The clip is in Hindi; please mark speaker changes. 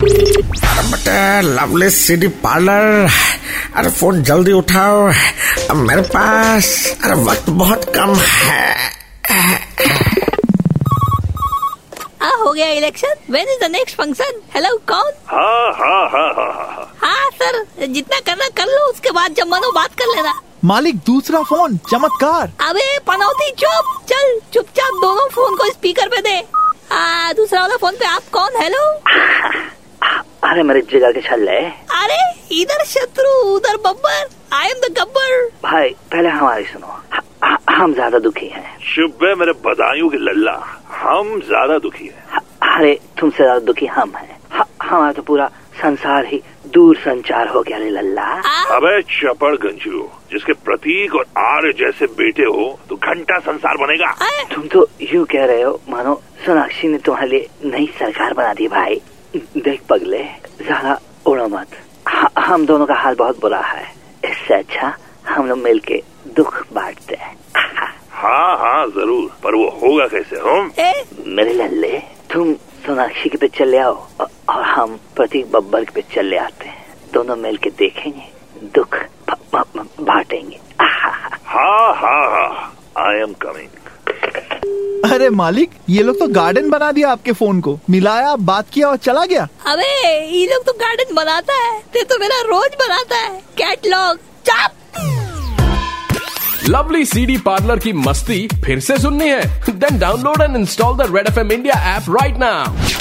Speaker 1: अरे बटे लवली सिटी पार्लर अरे फोन जल्दी उठाओ अब मेरे पास अरे वक्त बहुत कम है
Speaker 2: आ हो गया election when is the next function hello कौन
Speaker 3: हाँ हाँ हाँ हाँ हाँ, हाँ
Speaker 2: हाँ सर जितना करना कर लो उसके बाद जब मनो बात कर लेना
Speaker 4: मालिक दूसरा फोन चमत्कार
Speaker 2: अबे पनौती चुप चल चुपचाप दोनों फोन को स्पीकर पे दे आ, दूसरा वाला फोन पे आप कौन हेलो
Speaker 5: अरे मेरे जिगर के छल है
Speaker 2: अरे इधर शत्रु उधर Babbar I am the Gabbar
Speaker 5: भाई पहले हमारी सुनो ह- ह- हम ज्यादा दुखी हैं
Speaker 3: शुभे मेरे बदायूं की लल्ला हम ज्यादा दुखी हैं
Speaker 5: ह- अरे तुमसे ज्यादा दुखी हम हैं ह- हमारा तो पूरा संसार ही दूर संचार हो गया रे लल्ला
Speaker 2: आ,
Speaker 3: अबे चपड़ गंजू जिसके प्रतीक और आर्य जैसे बेटे हो तो घंटा संसार बनेगा
Speaker 2: अरे,
Speaker 5: तुम तो यूं कह रहे हो मानो सोनाक्षी ने तुम्हारे लिए नई सरकार बना दी भाई देख पगले ज्यादा उड़ो मत ह- हम दोनों का हाल बहुत बुरा है इससे अच्छा हम लोग मिलके दुख बांटते हैं
Speaker 3: हाँ हाँ जरूर पर वो होगा कैसे हम
Speaker 2: ए,
Speaker 5: मेरे लल्ले तुम सोनाक्षी के पिक्चर ले आओ औ- और हम प्रतीक बब्बर के पिक्चर ले आते हैं दोनों मिल के देखेंगे दुख ब- ब- ब- बांटेंगे आहा,
Speaker 3: हाँ हाँ हाँ आई एम कमिंग
Speaker 4: अरे मालिक ये लोग तो गार्डन बना दिया आपके फोन को मिलाया बात किया और चला गया
Speaker 2: अबे ये लोग तो गार्डन बनाता है ते तो मेरा रोज बनाता है कैटलॉग चाप
Speaker 6: लवली सीडी पार्लर की मस्ती फिर से सुननी है then download and install the Red F M India app right now